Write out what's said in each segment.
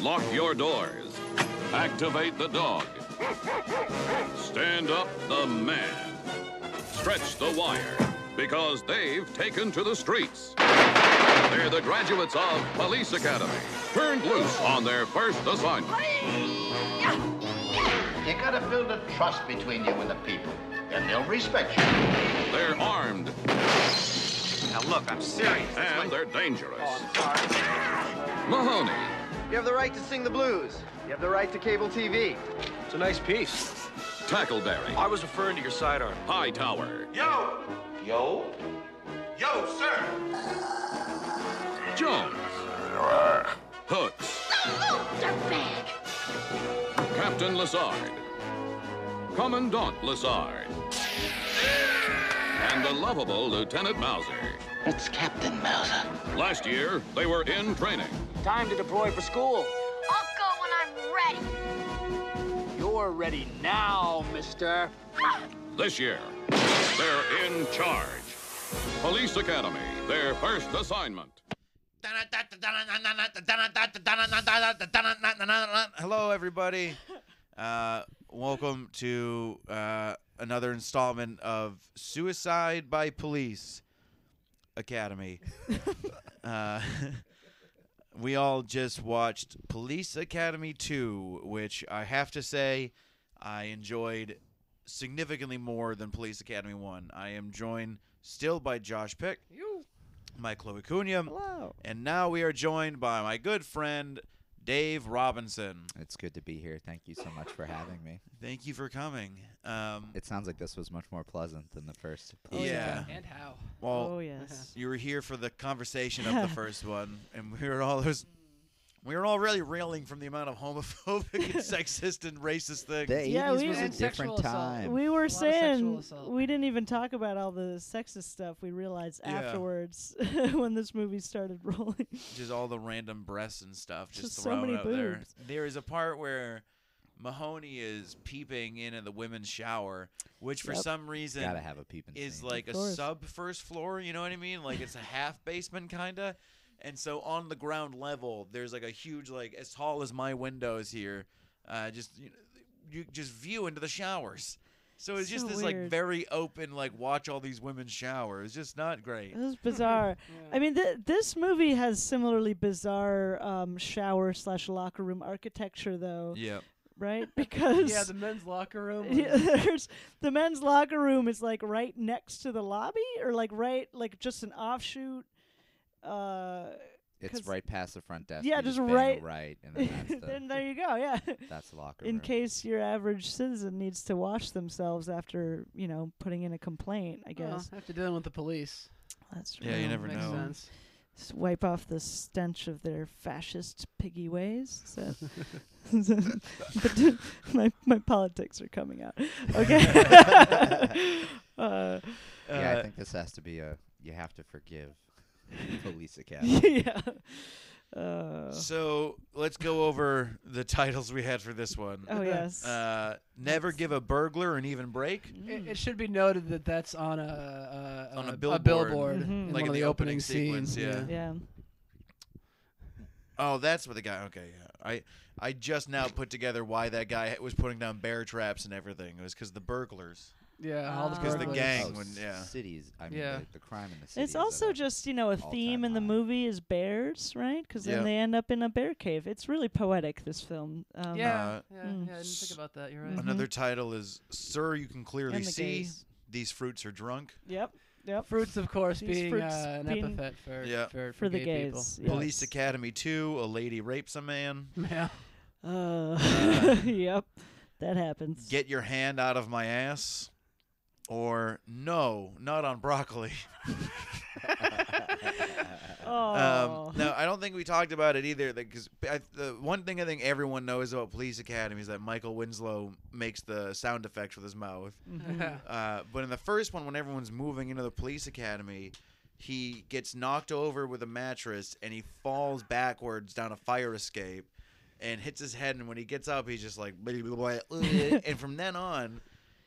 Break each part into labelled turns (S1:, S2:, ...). S1: lock your doors. Activate the dog. Stand up the man. Stretch the wire because they've taken to the streets. They're the graduates of Police Academy, turned loose on their first assignment.
S2: You gotta build a trust between you and the people, and they'll respect you.
S1: They're armed
S3: Now look, I'm serious. That's
S1: and
S3: my-
S1: they're dangerous.
S3: Oh, I'm sorry.
S1: Mahoney,
S3: You have the right to sing the blues. You have the right to cable TV.
S4: It's a nice piece.
S1: Tackleberry,
S4: I was referring to your sidearm.
S1: Hightower,
S5: Yo! Yo? Yo, sir!
S1: Jones, Hooks, Captain Lassard, Commandant Lassard, and the lovable Lieutenant Mauser.
S2: It's Captain Mauser.
S1: Last year, they were in training.
S6: Time to deploy for school.
S7: I'll go when I'm ready.
S6: You're ready now, mister.
S1: This year, they're in charge. Police Academy, their first assignment.
S8: Hello, everybody. Uh, welcome to uh, another installment of Suicide by Police Academy. uh, we all just watched Police Academy 2, which I have to say I enjoyed significantly more than Police Academy 1. I am joined still by Josh Pick, my Chloe Cunham.
S9: Hello.
S8: And now we are joined by my good friend Dave Robinson.
S9: It's good to be here. Thank you so much for having me.
S8: Thank you for coming. Um,
S9: It sounds like this was much more pleasant than the first.
S8: Oh,
S9: Please
S8: yeah.
S9: Again.
S6: And how?
S8: well,
S9: Oh,
S8: yes. You were here for the conversation of the first one, and we were all those. We were all really reeling from the amount of homophobic and sexist and racist things.
S9: The 80s
S10: Yeah, we-
S9: was a
S10: And
S9: different
S10: sexual assault.
S9: time.
S10: We were
S6: of sexual
S10: saying
S6: assault.
S10: we didn't even talk about all the sexist stuff we realized
S8: Yeah.
S10: afterwards when this movie started rolling.
S8: just all the random breasts and stuff just,
S10: Just so
S8: thrown
S10: many
S8: out there.
S10: boobs.
S8: There is a part where Mahoney is peeping in at the women's shower, which for
S10: Yep.
S8: some reason
S9: Gotta have a peep and
S8: is
S9: see.
S8: like a
S10: course.
S8: sub first floor. You know what I mean? Like it's a half basement kinda. And so on the ground level, there's like a huge like as tall as my windows here. Uh, just you, know, you just view into the showers. So it's just
S10: So
S8: this like
S10: weird.
S8: very open like watch all these women shower. It's just not great.
S10: It was bizarre. I mean, th- this movie has similarly bizarre um, shower slash locker room architecture, though,
S8: Yeah.
S10: right? Because
S6: Yeah, the men's locker room. was-
S10: Yeah, there's the men's locker room is like right next to the lobby or like right like just an offshoot uh
S9: It's
S10: 'cause-
S9: right past the front desk.
S10: Yeah,
S9: you
S10: just
S9: bang a
S10: right-
S9: right, and then that's the,
S10: then there you go yeah
S9: that's the locker
S10: in
S9: room.
S10: case your average citizen needs to wash themselves after you know putting in a complaint i
S6: Well,
S10: guess
S6: after dealing with the police.
S10: that's
S8: Yeah, you
S10: real.
S8: never
S6: Makes
S8: know.
S6: sense.
S10: Just wipe off the stench of their fascist piggy ways Is that- is that- but my my politics are coming out okay
S9: yeah,
S10: uh,
S8: Uh,
S9: I think this has to be a. You have to forgive Police Academy.
S10: yeah uh,
S8: So let's go over the titles we had for this one.
S10: oh yes
S8: Uh, never give a burglar an even break.
S6: It, it should be noted that that's on a, a,
S8: On a
S6: billboard,
S8: billboard.
S10: Mhm.
S6: in
S10: Like
S6: one
S8: in
S6: of
S8: the
S6: the
S8: opening
S6: opening,
S8: sequence,
S6: scenes.
S8: yeah.
S10: yeah
S8: Oh, that's what the guy. Okay, yeah. I I just now put together why that guy was putting down bear traps and everything. It was because the burglars.
S6: Yeah, all the
S10: Ah.
S8: 'Cause the
S6: burglars.
S8: gang-
S9: Oh,
S8: when-
S9: c-
S8: yeah.
S9: Cities. I mean,
S6: Yeah.
S9: the, the crime in the city.
S10: It's also just you know a
S9: all-time
S10: theme in the
S9: high.
S10: movie is bears, right? Because then
S8: Yeah.
S10: they end up in a bear cave. It's really poetic. This film. Um,
S6: Yeah,
S8: Uh,
S6: yeah,
S10: Mm.
S6: yeah. I didn't think about that. You're
S10: Mhm.
S6: right.
S8: Another title is "Sir, you can clearly
S10: and the
S8: see
S10: gays.
S8: these fruits are drunk."
S10: Yep. Yep.
S6: Fruits, of course,
S10: These
S6: being
S10: fruits
S6: uh, an
S10: being-
S6: epithet for
S8: Yeah.
S6: for, for,
S10: For the
S6: gay people.
S10: gays. yes.
S8: Police Academy Two: A lady rapes a man.
S6: Yeah.
S10: Uh, yep. That happens.
S8: Get your hand out of my ass. Or no, not on broccoli.
S10: oh.
S8: Um, no, I don't think we talked about it either. Because the one thing I think everyone knows about Police Academy is that Michael Winslow makes the sound effects with his mouth. Uh, but in the first one, when everyone's moving into the police academy, he gets knocked over with a mattress and he falls backwards down a fire escape and hits his head. And when he gets up, he's just like, blah, blah, blah, uh, and from then on,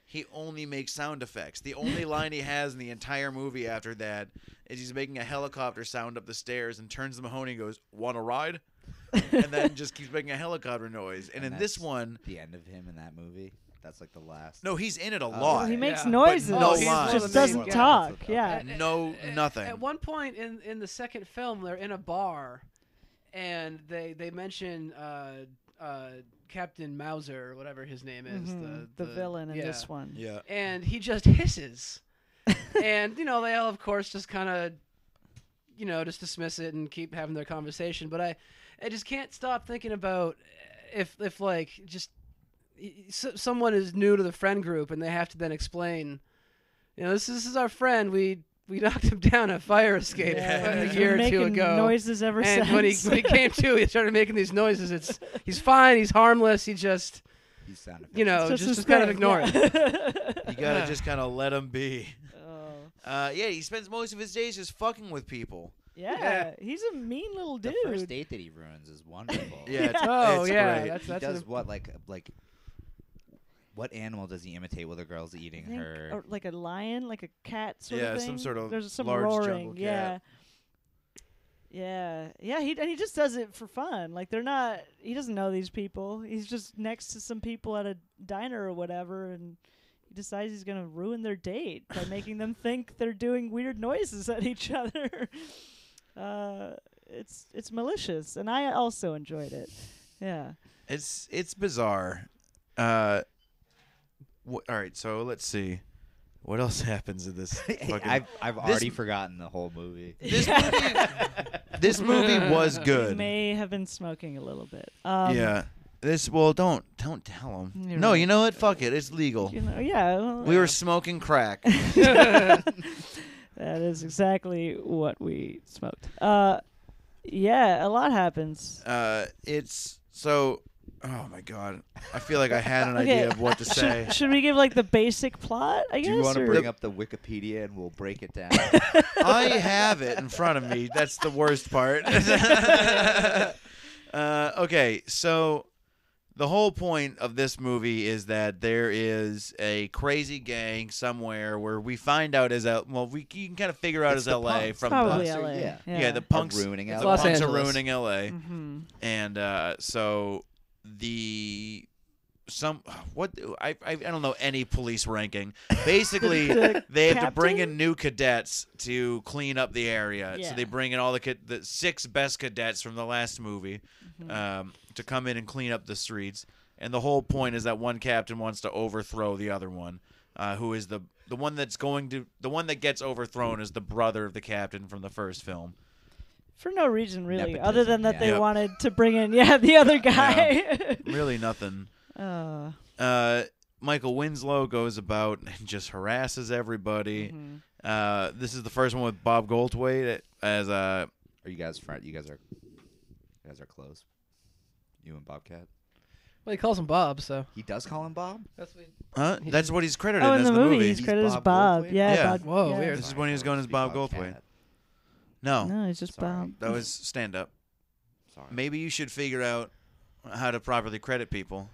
S8: he only makes sound effects. The only line he has in the entire movie after that is he's making a helicopter sound up the stairs and turns to Mahoney and goes, "Want to ride?" and then just keeps making a helicopter noise. And,
S9: And
S8: in this
S9: that's-
S8: one,
S9: The end of him in that movie. That's like the last.
S8: no, he's in it a
S9: Oh.
S8: lot.
S10: He makes
S6: Yeah.
S10: noises.
S8: no
S10: he
S8: lines.
S10: just
S6: Well,
S10: doesn't
S6: maybe-
S10: talk.
S9: Okay.
S10: Yeah.
S6: At-
S8: No,
S6: at-
S8: nothing.
S6: Uh, At one point in in the second film, they're in a bar, and they they mention uh, uh, Captain Mauser, or whatever his name is,
S10: Mhm.
S6: Mm-hmm. the,
S10: The villain in
S6: yeah.
S10: this one.
S8: yeah.
S6: and he just hisses, and you know they all, of course, just kind of, you know, just dismiss it and keep having their conversation. But I, I just can't stop thinking about if if like just y- y- so- someone is new to the friend group and they have to then explain, you know, this this is our friend we. We knocked him down a fire escape
S10: Yeah,
S6: a
S10: he's
S6: year
S10: been
S6: or two
S10: making
S6: ago
S10: Noises ever
S6: and
S10: since.
S6: when he, when he came to, he started making these noises. It's he's fine, he's harmless, he just
S9: He sounded.
S6: you know
S10: It's
S6: just,
S10: his
S6: just kind of
S10: thing,
S6: ignore it.
S10: yeah.
S8: You gotta
S6: Yeah.
S8: just kind of let him be.
S10: Oh.
S8: Uh, yeah, he spends most of his days just fucking with people.
S10: yeah. he's a mean little
S9: The
S10: dude.
S9: first date that he ruins is wonderful.
S8: Yeah, it's-
S6: Oh
S8: it's
S6: yeah,
S8: great.
S6: that's
S9: he
S6: that's an
S9: does
S6: imp-
S9: what like like. What animal does he imitate while the girl's eating
S10: I think,
S9: her?
S10: or like a lion, like a cat sort
S8: Yeah,
S10: of
S8: some
S10: thing.
S8: sort of
S10: There's some
S8: large jungle
S10: roaring. yeah.
S8: cat.
S10: Yeah, yeah, he and he just does it for fun. Like they're not. He doesn't know these people. He's just next to some people at a diner or whatever, and he decides he's gonna ruin their date by making them think they're doing weird noises at each other. Uh, it's it's malicious, and I also enjoyed it. Yeah.
S8: It's it's bizarre. Uh, wh- all right, so let's see. What else happens in this? fucking-
S9: I've I've
S8: This-
S9: already forgotten the whole movie.
S8: this movie, this movie was
S10: You
S8: good.
S10: may have been smoking a little bit. Um,
S8: yeah. This well, don't don't tell him.
S10: You're
S8: no,
S10: right.
S8: you know what? Fuck it. It's legal.
S10: You know, yeah. well,
S8: We were smoking crack.
S10: That is exactly what we smoked. Uh, yeah, a lot happens.
S8: Uh, it's so. Oh my god. I feel like I had an
S10: Okay.
S8: idea of what to say.
S10: Should we give like the basic plot? I
S9: Do
S10: guess.
S9: you want to
S10: or-
S9: bring up the Wikipedia and we'll break it down?
S8: I have it in front of me. That's the worst part. uh, okay, so the whole point of this movie is that there is a crazy gang somewhere where we find out is out. Well, we you can kind of figure out
S9: It's
S8: is
S9: the
S8: L.A.
S9: punks.
S8: from
S10: Probably
S8: the,
S10: LA.
S9: yeah.
S8: yeah. the punks
S9: ruining
S8: the
S9: LA.
S6: Los
S8: punks are
S6: Angeles.
S8: ruining L.A.
S10: Mhm.
S8: and uh, so the some what I, I I don't know any police ranking. Basically,
S10: The
S8: they have to bring
S10: captain?
S8: in new cadets to clean up the area.
S10: Yeah.
S8: So they bring in all the cad- the six best cadets from the last movie um, to come in and clean up the streets. And the whole point is that one captain wants to overthrow the other one, uh, who is the the one that's going to the one that gets overthrown is the brother of the captain from the first film.
S10: For no reason, really, other
S9: Nepotism,
S10: than that
S9: yeah.
S10: they
S8: Yep.
S10: wanted to bring in, yeah, the other guy.
S8: Really, nothing.
S10: uh,
S8: uh, Michael Winslow goes about and just harasses everybody.
S10: Mm-hmm.
S8: Uh, this is the first one with Bob Goldthwait as a
S9: Are you guys friend? You guys are, you guys are close. You and Bobcat.
S6: Well, he calls him Bob, so
S9: He does call him Bob.
S6: that's what
S8: huh? That's what he's credited
S10: oh,
S8: as
S10: in the movie, he's
S9: He's
S10: credited as
S9: Bob
S10: Bob.
S9: Goldthwait?
S10: Yeah.
S8: Yeah.
S10: Bob,
S6: Whoa,
S10: yeah.
S6: weird.
S8: This is when he was going as
S9: Speak
S8: Bob Goldthwait.
S9: Cat.
S8: No,
S10: No, he's just
S9: Sorry.
S10: Bob.
S8: that was stand up.
S9: Sorry.
S8: Maybe you should figure out how to properly credit people.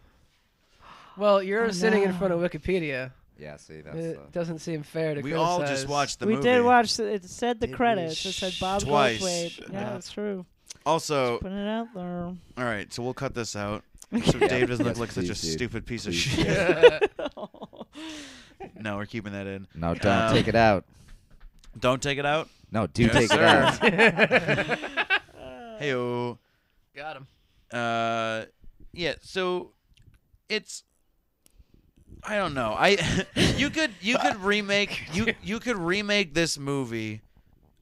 S6: Well, you're
S10: Oh,
S6: sitting in
S10: no.
S6: front of Wikipedia.
S9: Yeah,
S10: Uh,
S9: see, that's
S6: It
S9: the-
S6: doesn't seem fair to
S8: we
S6: criticize.
S8: all just watched the
S10: we
S8: movie.
S10: did watch. the- It said the
S9: Did we?
S10: credits. It said Bob
S8: Twice.
S10: Goldthwait. Yeah,
S8: Yeah.
S10: that's true.
S8: also,
S10: Putting it out there.
S8: all right, so we'll cut this out. So
S10: Okay.
S8: Dave doesn't look
S9: Yes,
S8: like such a
S9: please, dude.
S8: stupid piece of
S9: Please,
S8: shit. no, we're keeping that in.
S9: No, don't
S8: Um,
S9: take it out.
S8: Don't take it out.
S9: No, do
S8: Yes,
S9: take it out.
S8: Heyo.
S6: Got him.
S8: uh yeah so it's i don't know i you could you could remake you you could remake this movie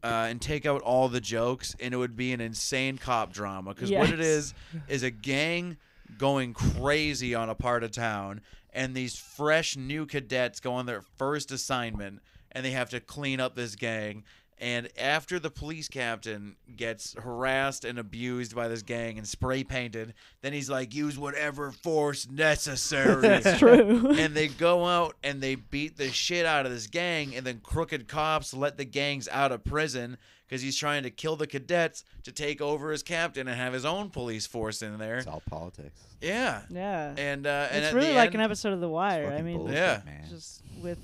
S8: uh, and take out all the jokes and it would be an insane cop drama because what it
S10: Yes.
S8: is is a gang going crazy on a part of town and these fresh new cadets go on their first assignment and they have to clean up this gang and after the police captain gets harassed and abused by this gang and spray painted, then he's like, use whatever force necessary.
S10: That's true.
S8: And they go out and they beat the shit out of this gang, and then crooked cops let the gangs out of prison because he's trying to kill the cadets to take over as captain and have his own police force in there.
S9: It's all politics.
S8: Yeah.
S10: yeah.
S8: And uh, and
S10: it's
S8: at
S10: really
S8: the
S10: like
S8: end,
S10: an episode of The Wire. I
S9: Fucking
S10: mean,
S9: bullshit,
S8: Yeah.
S9: man.
S10: just with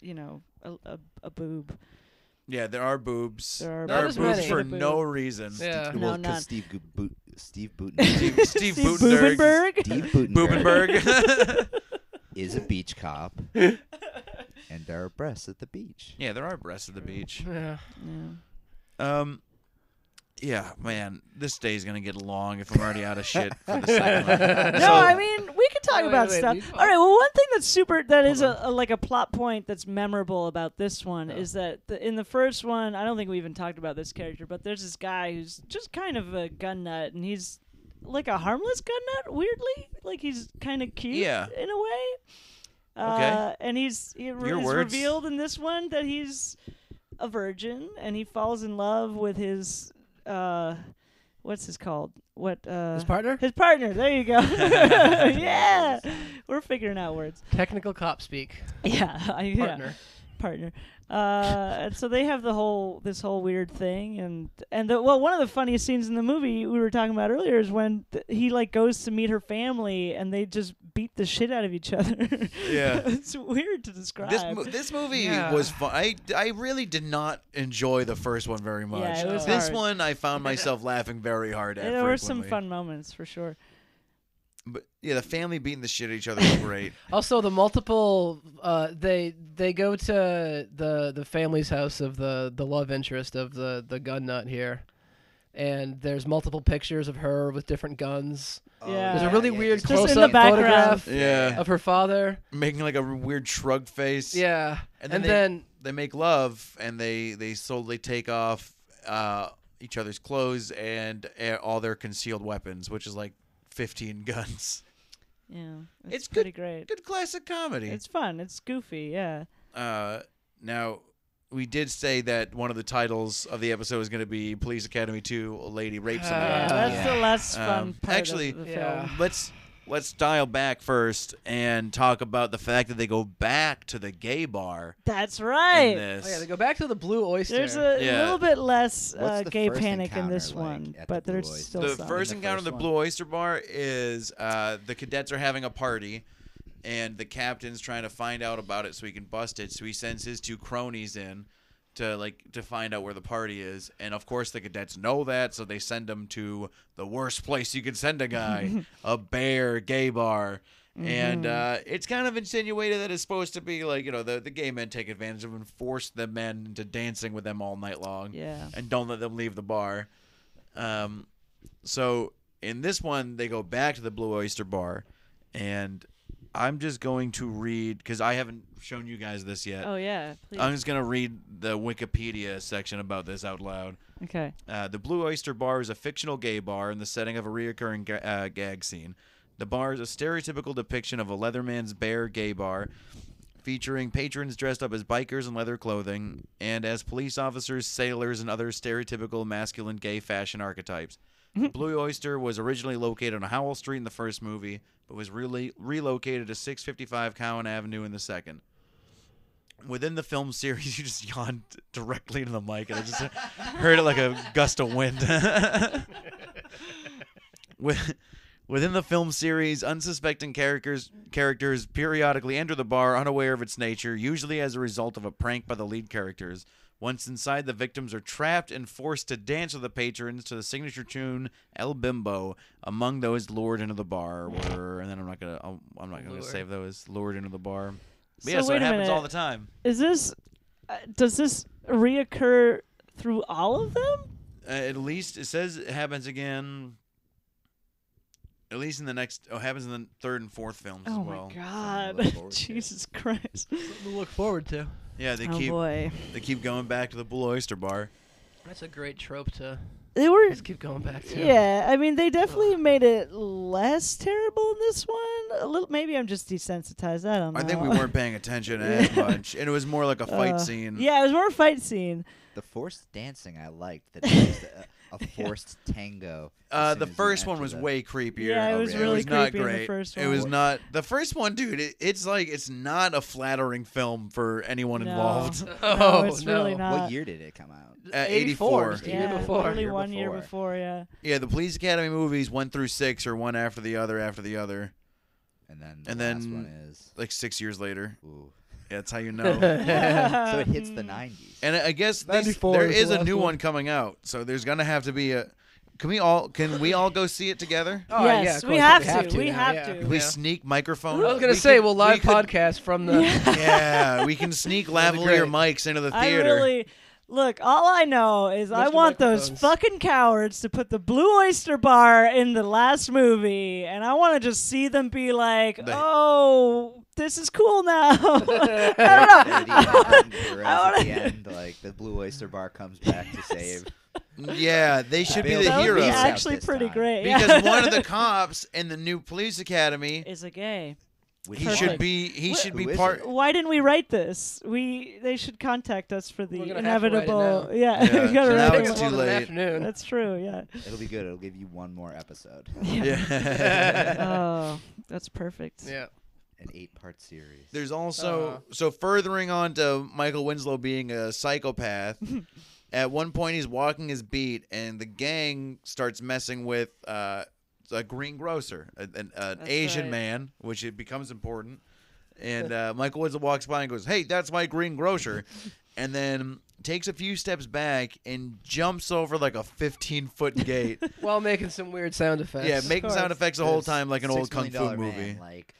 S10: you know a, a, a boob.
S8: yeah, there are boobs.
S10: There are
S8: There are
S6: boobs.
S8: boobs
S6: Not as
S8: for
S6: many.
S8: no reason.
S6: Yeah.
S9: well, 'cause
S10: No, not-
S9: Steve Gu- Bo- Steve Butenberg.
S8: Steve
S10: Steve
S8: Butenberg.
S10: Bubenberg.
S9: Steve Butenberg
S8: Boobenberg.
S9: is a beach cop, and there are breasts at the beach.
S8: yeah, there are breasts at the beach.
S6: Yeah.
S10: Yeah.
S8: Um, yeah, man, this day's gonna get long if I'm already out of shit for the second one.
S10: No,
S8: So-
S10: I mean we can talk
S6: Wait,
S10: about
S6: wait,
S10: stuff.
S6: you-
S10: All right. Well, one thing that's super that is a, a like a plot point that's memorable about this one is that the, in the first one, I don't think we even talked about this character, but there's this guy who's just kind of a gun nut, and he's like a harmless gun nut, weirdly. Like he's kind of cute
S8: Yeah.
S10: in a way.
S8: Okay.
S10: Uh, and he's it re-
S8: Your
S10: is
S8: words.
S10: revealed in this one that he's a virgin and he falls in love with his uh what's his called? What uh
S6: His partner?
S10: His partner. There you go. yeah. We're figuring out words.
S6: Technical cop speak.
S10: Yeah. I, yeah.
S6: Partner.
S10: Partner. Uh and so they have the whole this whole weird thing and and the, well one of the funniest scenes in the movie we were talking about earlier is when th- he like goes to meet her family and they just beat the shit out of each other.
S8: Yeah.
S10: it's weird to describe.
S8: This, mo- this movie
S6: Yeah.
S8: was fun. I, I really did not enjoy the first one very much. uh,
S10: it was
S8: this
S10: hard.
S8: one I found myself laughing very hard at.
S10: there were some
S8: frequently.
S10: fun moments for sure.
S8: But yeah, the family beating the shit out of each other was great.
S6: Also, the multiple uh, they they go to the the family's house of the the love interest of the the gun nut here, and there's multiple pictures of her with different guns.
S10: Oh,
S8: Uh,
S10: yeah.
S6: There's a really weird
S10: in the
S6: close up
S10: background.
S6: photograph
S8: yeah,
S6: of her father.
S8: making like a weird shrug face.
S6: Yeah,
S8: And
S6: and
S8: then
S6: then,
S8: they- they make love and they they slowly take off uh, each other's clothes and uh, all their concealed weapons, which is like 15 guns.
S10: Yeah, it's,
S8: It's
S10: pretty great.
S8: Good classic comedy.
S10: It's fun. It's goofy. Yeah.
S8: Uh, now, we did say that one of the titles of the episode was going to be Police Academy 2 A Lady Rapes Somebody.
S10: yeah,
S6: Uh,
S10: that's the less fun
S8: um,
S10: part
S8: actually-
S10: of the
S6: Yeah.
S10: film.
S8: let's let's dial back first and talk about the fact that they go back to the gay bar
S10: That's
S8: in
S10: right.
S8: this.
S6: oh yeah, they go back to the blue oyster.
S10: There's a
S8: Yeah.
S10: little bit less uh,
S9: What's the
S10: gay
S9: first
S10: panic in
S9: encounter
S10: this
S9: like
S10: one,
S9: at the
S10: but there's
S9: Blue Oyster?
S10: still
S8: the
S10: some.
S8: first
S9: the
S8: encounter
S9: first
S8: of the
S9: one.
S8: Blue Oyster Bar is uh, the cadets are having a party, and the captain's trying to find out about it so he can bust it. So he sends his two cronies in to like to find out where the party is, and of course the cadets know that, so they send them to the worst place you could send a guy, a bear gay bar. And
S9: Mm-hmm.
S8: uh, it's kind of insinuated that it's supposed to be like you know the, the gay men take advantage of them and force the men into dancing with them all night long,
S10: Yeah.
S8: and don't let them leave the bar. Um, so in this one, they go back to the Blue Oyster Bar, and I'm just going to read because I haven't shown you guys this yet.
S10: Oh yeah. Please.
S8: I'm just going to read the Wikipedia section about this out loud.
S10: okay.
S8: Uh, the Blue Oyster Bar is a fictional gay bar in the setting of a reoccurring ga- uh, gag scene. The bar is a stereotypical depiction of a Leatherman's Bear gay bar, featuring patrons dressed up as bikers in leather clothing and as police officers, sailors, and other stereotypical masculine gay fashion archetypes. Blue Oyster was originally located on Howell Street in the first movie, but was really relocated to 655 Cowan Avenue in the second within the film series, you just yawned directly into the mic, and I just heard it like a gust of wind. With- Within the film series, unsuspecting characters characters periodically enter the bar unaware of its nature, usually as a result of a prank by the lead characters. Once inside, the victims are trapped and forced to dance with the patrons to the signature tune "El Bimbo." Among those lured into the bar were, and then I'm not gonna I'm, I'm not gonna
S6: Lured.
S8: save those lured into the bar. But
S10: So
S8: yeah, so
S10: wait
S8: it
S10: a
S8: happens all the
S10: minute.
S8: time.
S10: Is this? Uh, does this reoccur through all of them?
S8: uh, at least it says it happens again. At least in the next, oh, happens in the third and fourth films
S10: oh
S8: as well.
S10: my God.
S9: look forward to.
S10: Jesus Christ.
S6: Something to look forward to.
S8: Yeah, they
S10: oh
S8: keep
S10: boy.
S8: they keep going back to the Blue Oyster Bar.
S6: That's a great trope to
S10: They were
S6: just keep going back to.
S10: Yeah, I mean they definitely made it less terrible in this one. A little, maybe I'm just desensitized. I don't know.
S8: I think we weren't paying attention as much, and it was more like a fight
S10: Uh,
S8: scene.
S10: Yeah, it was more a fight scene.
S9: The forced dancing I liked. That it was a, a forced tango. as
S8: Uh,
S9: soon
S8: the
S9: as you
S8: first one
S9: enter
S8: was
S9: the-
S8: way creepier.
S10: Yeah, it
S9: Oh,
S10: was
S9: really?
S10: really
S8: it was not
S10: creepy in the
S8: great.
S10: first
S8: It was
S10: one.
S8: not the first one, dude. It, it's like it's not a flattering film for anyone
S10: No.
S8: involved.
S10: No,
S6: Oh,
S10: it's really
S6: no.
S10: not.
S8: Uh,
S9: What year did it come out?
S8: At
S6: 84,
S8: 84.
S6: just a
S10: Yeah,
S6: year before.
S10: literally
S9: Year
S10: one year
S9: before.
S10: before. Yeah.
S8: Yeah, the Police Academy movies one through six are one after the other after the other,
S9: And then the
S8: And
S9: last
S8: then-
S9: one is.
S8: like six years later.
S9: Ooh.
S8: Yeah, that's how you know.
S9: So it hits the 90s.
S8: and I I guess these,
S6: 94
S8: there
S6: is
S8: is
S6: the
S8: a
S6: last
S8: new
S6: one.
S8: one coming out, so there's gonna have to be a. Can we all? Can we all go see it together?
S6: Oh, yeah,
S10: yes,
S6: of
S10: we
S6: course,
S10: have, to. We
S6: now,
S10: have
S6: yeah.
S10: to.
S8: Can we sneak microphone?
S6: I was gonna
S8: We
S6: say,
S8: could-
S6: well, live
S8: we could-
S6: podcast from the.
S8: Yeah, we can sneak
S6: be great.
S8: lavalier mics into the
S10: I
S8: theater.
S10: really look. All I know is I
S6: Mr.
S10: want those
S6: Microphones.
S10: fucking cowards to put the Blue Oyster Bar in the last movie, and I want to just see them be like,
S8: They-
S10: "Oh, this is cool now."
S9: at the
S10: wanna-
S9: end, like the Blue Oyster Bar comes back to save.
S8: yeah, they should be
S9: Build
S8: the
S10: that would
S8: hero.
S10: be
S9: heroes out
S10: actually
S9: this
S10: pretty
S9: time.
S10: great. yeah.
S8: because one of the cops in the new police academy,
S10: is a gay.
S9: Which
S8: he
S9: one?
S8: should be he
S10: Wh-
S8: should be
S9: Who is
S8: part.
S9: it?
S10: Why didn't we write this? We they should contact us for the
S6: We're gonna have to write it
S10: inevitable.
S6: now.
S10: Yeah,
S8: Yeah,
S10: we gotta
S8: so
S10: write
S8: now
S10: it
S8: it's
S10: now.
S8: too
S6: Well, in the
S8: late.
S6: Afternoon.
S10: That's true. Yeah.
S9: It'll be good. It'll give you one more episode,
S8: Yeah.
S10: oh, that's perfect.
S6: Yeah.
S9: an eight-part series.
S8: There's also
S6: Uh-huh.
S8: so furthering on to Michael Winslow being a psychopath. at one point, he's walking his beat, and the gang starts messing with uh, a greengrocer, a- an, an
S10: That's
S8: Asian
S10: right.
S8: man, which it becomes important. And uh, Michael Winslow walks by and goes, "Hey, that's my greengrocer," and then takes a few steps back and jumps over like a 15 foot gate.
S6: While making some weird sound effects.
S8: yeah, making sound
S10: course.
S8: effects the whole time like an
S9: Six
S8: old kung
S9: Million Dollar
S8: fu movie.
S9: Man, like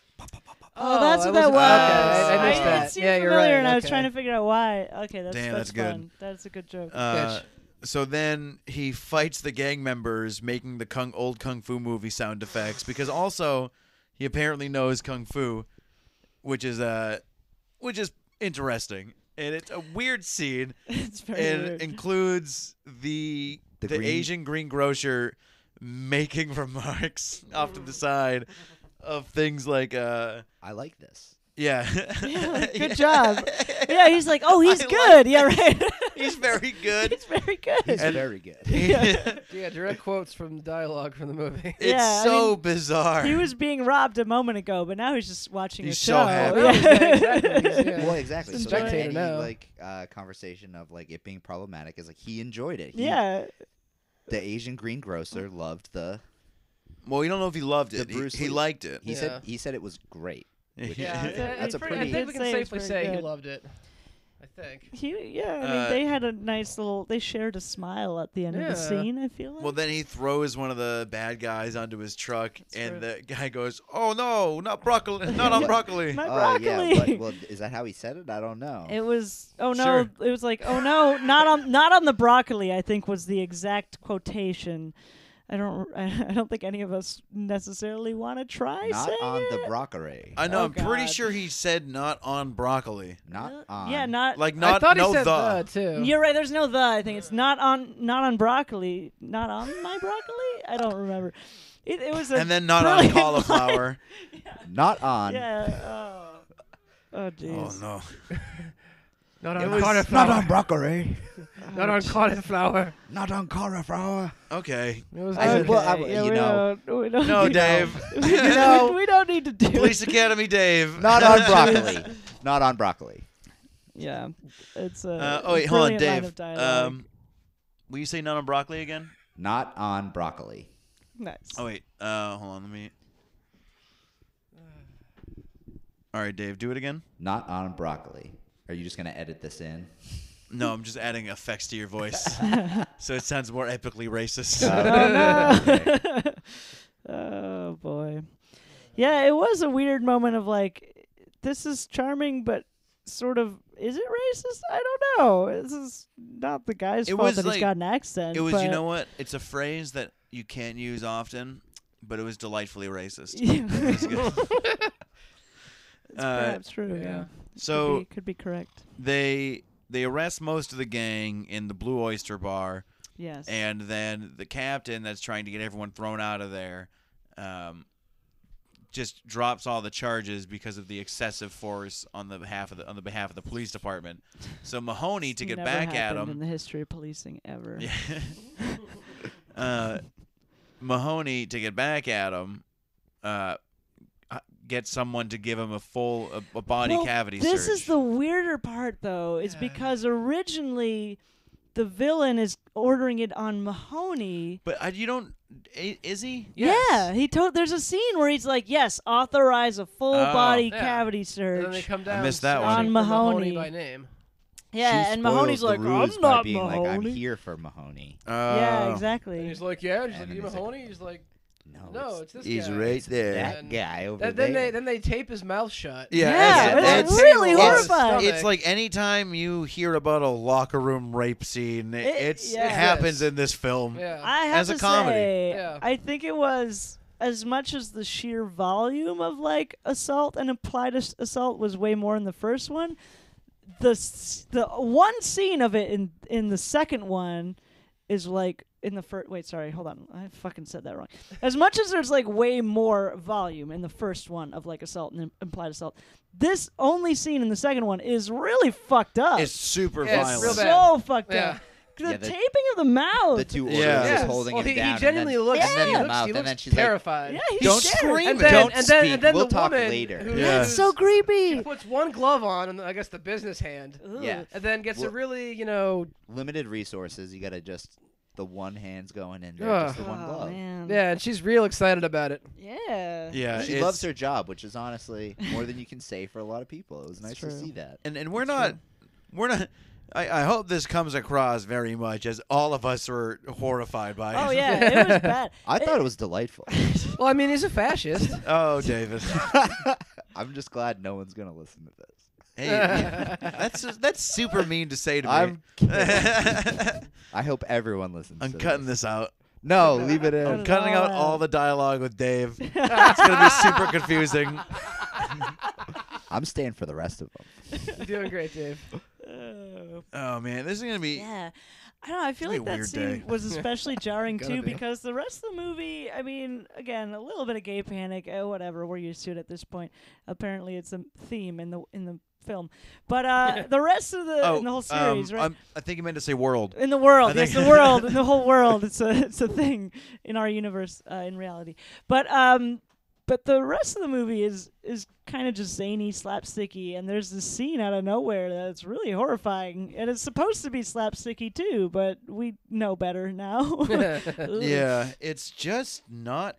S10: Oh, that's
S6: I
S10: what
S6: wasn't-
S10: that was.
S6: Okay, I- I missed
S10: it
S6: that.
S10: seemed
S6: yeah, you're
S10: familiar,
S6: right.
S10: and I was
S6: okay.
S10: trying to figure out why. Okay, that's
S8: Damn,
S10: that's,
S8: that's good.
S10: fun. That's a good joke.
S8: Uh,
S6: Catch.
S8: so then he fights the gang members, making the kung old kung fu movie sound effects because also he apparently knows kung fu, which is uh, which is interesting, and it's a weird scene,
S10: it's very
S8: and
S10: weird.
S8: includes the the,
S9: The green-
S8: Asian greengrocer making remarks off to the side of things like uh,
S9: I like this.
S8: yeah,
S10: Yeah, like,
S8: Yeah.
S10: good job. Yeah, he's like, oh, he's
S8: I like
S10: good. yeah, right.
S8: He's very good.
S10: he's very good.
S9: He's
S8: And-
S9: very good.
S6: Yeah, direct quotes from the dialogue from the movie.
S8: It's
S10: Yeah, I
S8: so
S10: mean,
S8: bizarre.
S10: he was being robbed a moment ago, but now he's just watching
S8: He's
S10: a
S8: so
S10: show.
S8: happy.
S6: Oh,
S10: Yeah.
S9: Well, exactly.
S10: Just
S9: So then
S6: spectator
S9: any
S6: now.
S9: like uh, conversation of like it being problematic is like he enjoyed it. He-
S10: yeah.
S9: The Asian
S8: Mm.
S9: greengrocer loved the.
S8: Well, we don't know if he loved
S9: The
S8: it. He,
S9: Bruce
S8: he
S9: Lee.
S8: liked it.
S9: He said he said it was great. Which
S10: Yeah,
S9: is,
S10: that-
S9: that's a
S10: it's pretty-
S9: pretty.
S6: I think we can
S10: I'd say it's
S6: safely
S10: pretty
S6: say he
S10: good.
S6: loved it. I think.
S10: He, yeah, I mean,
S8: Uh,
S10: they had a nice little. They shared a smile at the end of the
S6: Yeah.
S10: scene. I feel like.
S8: Well, then he throws one of the bad guys onto his truck, and
S10: true.
S8: the guy goes, "Oh no, not broccoli! Not on
S9: What?
S8: broccoli!"
S10: My
S9: Oh yeah.
S10: broccoli.
S9: What, well, is that how he said it? I don't know.
S10: It was oh no,
S8: Sure.
S10: it was like oh no, not on not on the broccoli. I think was the exact quotation. I don't I don't think any of us necessarily want to try
S9: Not
S10: saying
S9: on the
S10: it.
S9: broccoli.
S8: I know.
S10: Oh,
S8: I'm pretty
S10: God.
S8: sure he said "not on broccoli."
S9: Not on.
S10: yeah, not
S8: Like
S6: I
S8: not
S6: thought
S8: no
S6: he said
S8: the.
S6: the, too.
S10: You're right. There's no the. I think it's not on not on broccoli. Not on my broccoli. I don't remember. It, it was a
S8: and then not on
S10: brilliant line.
S8: cauliflower.
S9: Not on.
S10: Yeah. Oh. Oh
S8: oh
S10: jeez.
S8: no!
S6: Not
S8: It
S6: on
S8: was-
S6: cauliflower.
S9: broccoli.
S6: Not on cauliflower.
S9: Not on cauliflower.
S8: Okay.
S6: It was
S9: I said,
S6: okay.
S9: well, I w-
S10: Yeah,
S9: you
S10: we
S9: know,
S10: don't, we don't
S8: No,
S10: need-
S8: Dave.
S10: We, don't, we don't need to do.
S8: Police Academy, Dave.
S9: not on broccoli. Not on broccoli.
S10: Yeah, it's a.
S8: Uh, oh wait, hold on,
S10: brilliant line of
S8: Dave.
S10: dialogue.
S8: Um, will you say "not on broccoli" again?
S9: Not on broccoli.
S10: nice.
S8: Oh wait, uh, hold on. Let me. All right, Dave, do it again.
S9: Not on broccoli. Are you just gonna edit this in?
S8: No, I'm just adding effects to your voice, so it sounds more epically racist.
S10: Oh boy. Yeah, it was a weird moment of like, this is charming, but sort of is it racist? I don't know. This is not the guy's
S8: It
S10: fault
S8: was
S10: that
S8: like-
S10: he's got an accent.
S8: it was,
S10: but
S8: you know what? It's a phrase that you can't use often, but it was delightfully racist.
S10: it's
S8: It's good. Uh,
S10: perhaps true. Yeah.
S6: yeah.
S10: could
S8: so
S10: be, could be correct.
S8: they they arrest most of the gang in the Blue Oyster Bar,
S10: Yes.
S8: and then the captain that's trying to get everyone thrown out of there, um, just drops all the charges because of the excessive force on the behalf of the on the behalf of the police department. So Mahoney to
S10: It's
S8: get
S10: never
S8: back at
S10: happened
S8: him.
S10: in the history of policing ever.
S8: Yeah. uh, Mahoney to get back at him, uh, uh, get someone to give him a full a, a body
S10: Well,
S8: cavity
S10: this
S8: search.
S10: is the weirder part, though, is because originally the villain is ordering it on Mahoney.
S8: but I, you don't. i- Is he?
S10: Yeah, he told. There's a scene where he's like, "Yes, authorize a full
S8: Oh.
S10: body
S6: Yeah.
S10: cavity
S6: And then they
S10: search,"
S6: come down.
S8: missed that
S6: searching
S8: one.
S10: On
S6: for
S10: Mahoney.
S6: by name.
S9: She
S10: Yeah, and Mahoney's
S9: spoils
S10: like,
S9: the
S10: I'm
S9: ruse by
S10: not
S9: being
S10: Mahoney.
S9: like, I'm here for Mahoney.
S8: Oh.
S10: Yeah,
S6: And
S10: exactly.
S6: he's like, yeah. And
S9: And
S6: she's like,
S9: then
S6: you
S9: he's like,
S6: Mahoney? He's like,
S9: No,
S6: no,
S9: it's
S6: it's this
S8: He's
S6: guy.
S8: right there.
S9: that
S6: and-
S9: guy over
S6: Th-
S9: there.
S6: then they then they tape his mouth shut.
S8: Yeah,
S10: Yeah,
S8: it's-
S10: it's
S8: it's-
S10: really
S8: it's-
S10: horrifying.
S8: It's like anytime you hear about a locker room rape scene, it,
S10: It-
S8: it's,
S10: yeah.
S8: it happens in this film.
S6: Yeah.
S10: I have
S8: As a
S10: to
S8: comedy.
S10: say,
S6: Yeah.
S10: I think it was as much as the sheer volume of like assault and implied ass- assault was way more in the first one. The s- the one scene of it in in the second one is like in the first. Wait, sorry, hold on, I fucking said that wrong. As much as there's like way more volume in the first one of like assault and im- implied assault, this only scene in the second one is really fucked up.
S8: It's super
S6: Yeah, it's
S8: violent.
S6: real bad.
S10: so fucked
S6: Yeah.
S10: up. The
S9: Yeah, the-
S10: taping of the mouth.
S9: the two orders
S8: Yeah.
S9: just
S6: Yeah.
S9: holding
S6: well,
S9: him
S6: he,
S9: down.
S6: he genuinely
S9: and then,
S6: looks,
S9: and then
S6: he
S9: the
S6: looks,
S9: mouth,
S6: he
S9: and
S6: looks
S9: then she's like,
S6: terrified.
S10: yeah, he's
S8: Don't
S10: scared.
S6: And
S8: scream it.
S6: then,
S9: Don't
S6: and then,
S9: speak.
S6: And then
S9: We'll
S6: the
S9: talk
S6: woman
S9: later.
S6: Who
S8: Yeah.
S10: That's so creepy.
S6: puts one glove on, and I guess the business hand,
S9: yeah,
S6: and then gets a
S9: Well-
S6: really, you know,
S9: limited resources. You got to just the one hand's going in there,
S6: Ugh.
S9: just the one
S10: Oh,
S9: glove.
S10: man.
S6: yeah, and she's real excited about it.
S10: Yeah.
S8: Yeah,
S9: She
S8: it's-
S9: loves her job, which is honestly more than you can say for a lot of people. It was nice to
S10: true.
S9: see that.
S8: and and we're not we're not I, I hope this comes across very much as all of us were horrified by it.
S10: Oh yeah, it was bad.
S9: I thought it was delightful.
S6: Well, I mean, he's a fascist.
S8: Oh, David.
S9: I'm just glad no one's gonna listen to this.
S8: hey, that's that's super mean to say to me.
S9: I'm
S8: I'm,
S9: I hope everyone listens. to
S8: cutting
S9: this.
S8: this out.
S9: No, leave it in.
S8: I'm
S10: it
S8: cutting
S10: all
S8: out all
S10: out.
S8: the dialogue with Dave. it's gonna be super confusing.
S9: I'm staying for the rest of them.
S6: You're doing great, Dave.
S8: Oh man, this is gonna be.
S10: uh, Yeah. I don't know. I feel
S8: It's
S10: like
S8: gonna be
S10: that
S8: a weird
S10: scene
S8: day.
S10: was especially jarring
S6: Gonna
S10: too
S6: be.
S10: because the rest of the movie, I mean, again, a little bit of gay panic, eh, whatever, we're used to it at this point. Apparently, it's a theme in the in the film, but uh, the rest of the
S8: Oh,
S10: in the whole
S8: um,
S10: series, right?
S8: I'm- I think you meant to say world.
S10: in the world,
S8: I
S10: yes,
S8: think-
S10: the world, in the whole world, it's a it's a thing in our universe, uh, in reality. But um, but the rest of the movie is is kind of just zany, slapsticky, and there's this scene out of nowhere that's really horrifying, and it's supposed to be slapsticky too, but we know better now. Ooh,
S8: Yeah, it's just not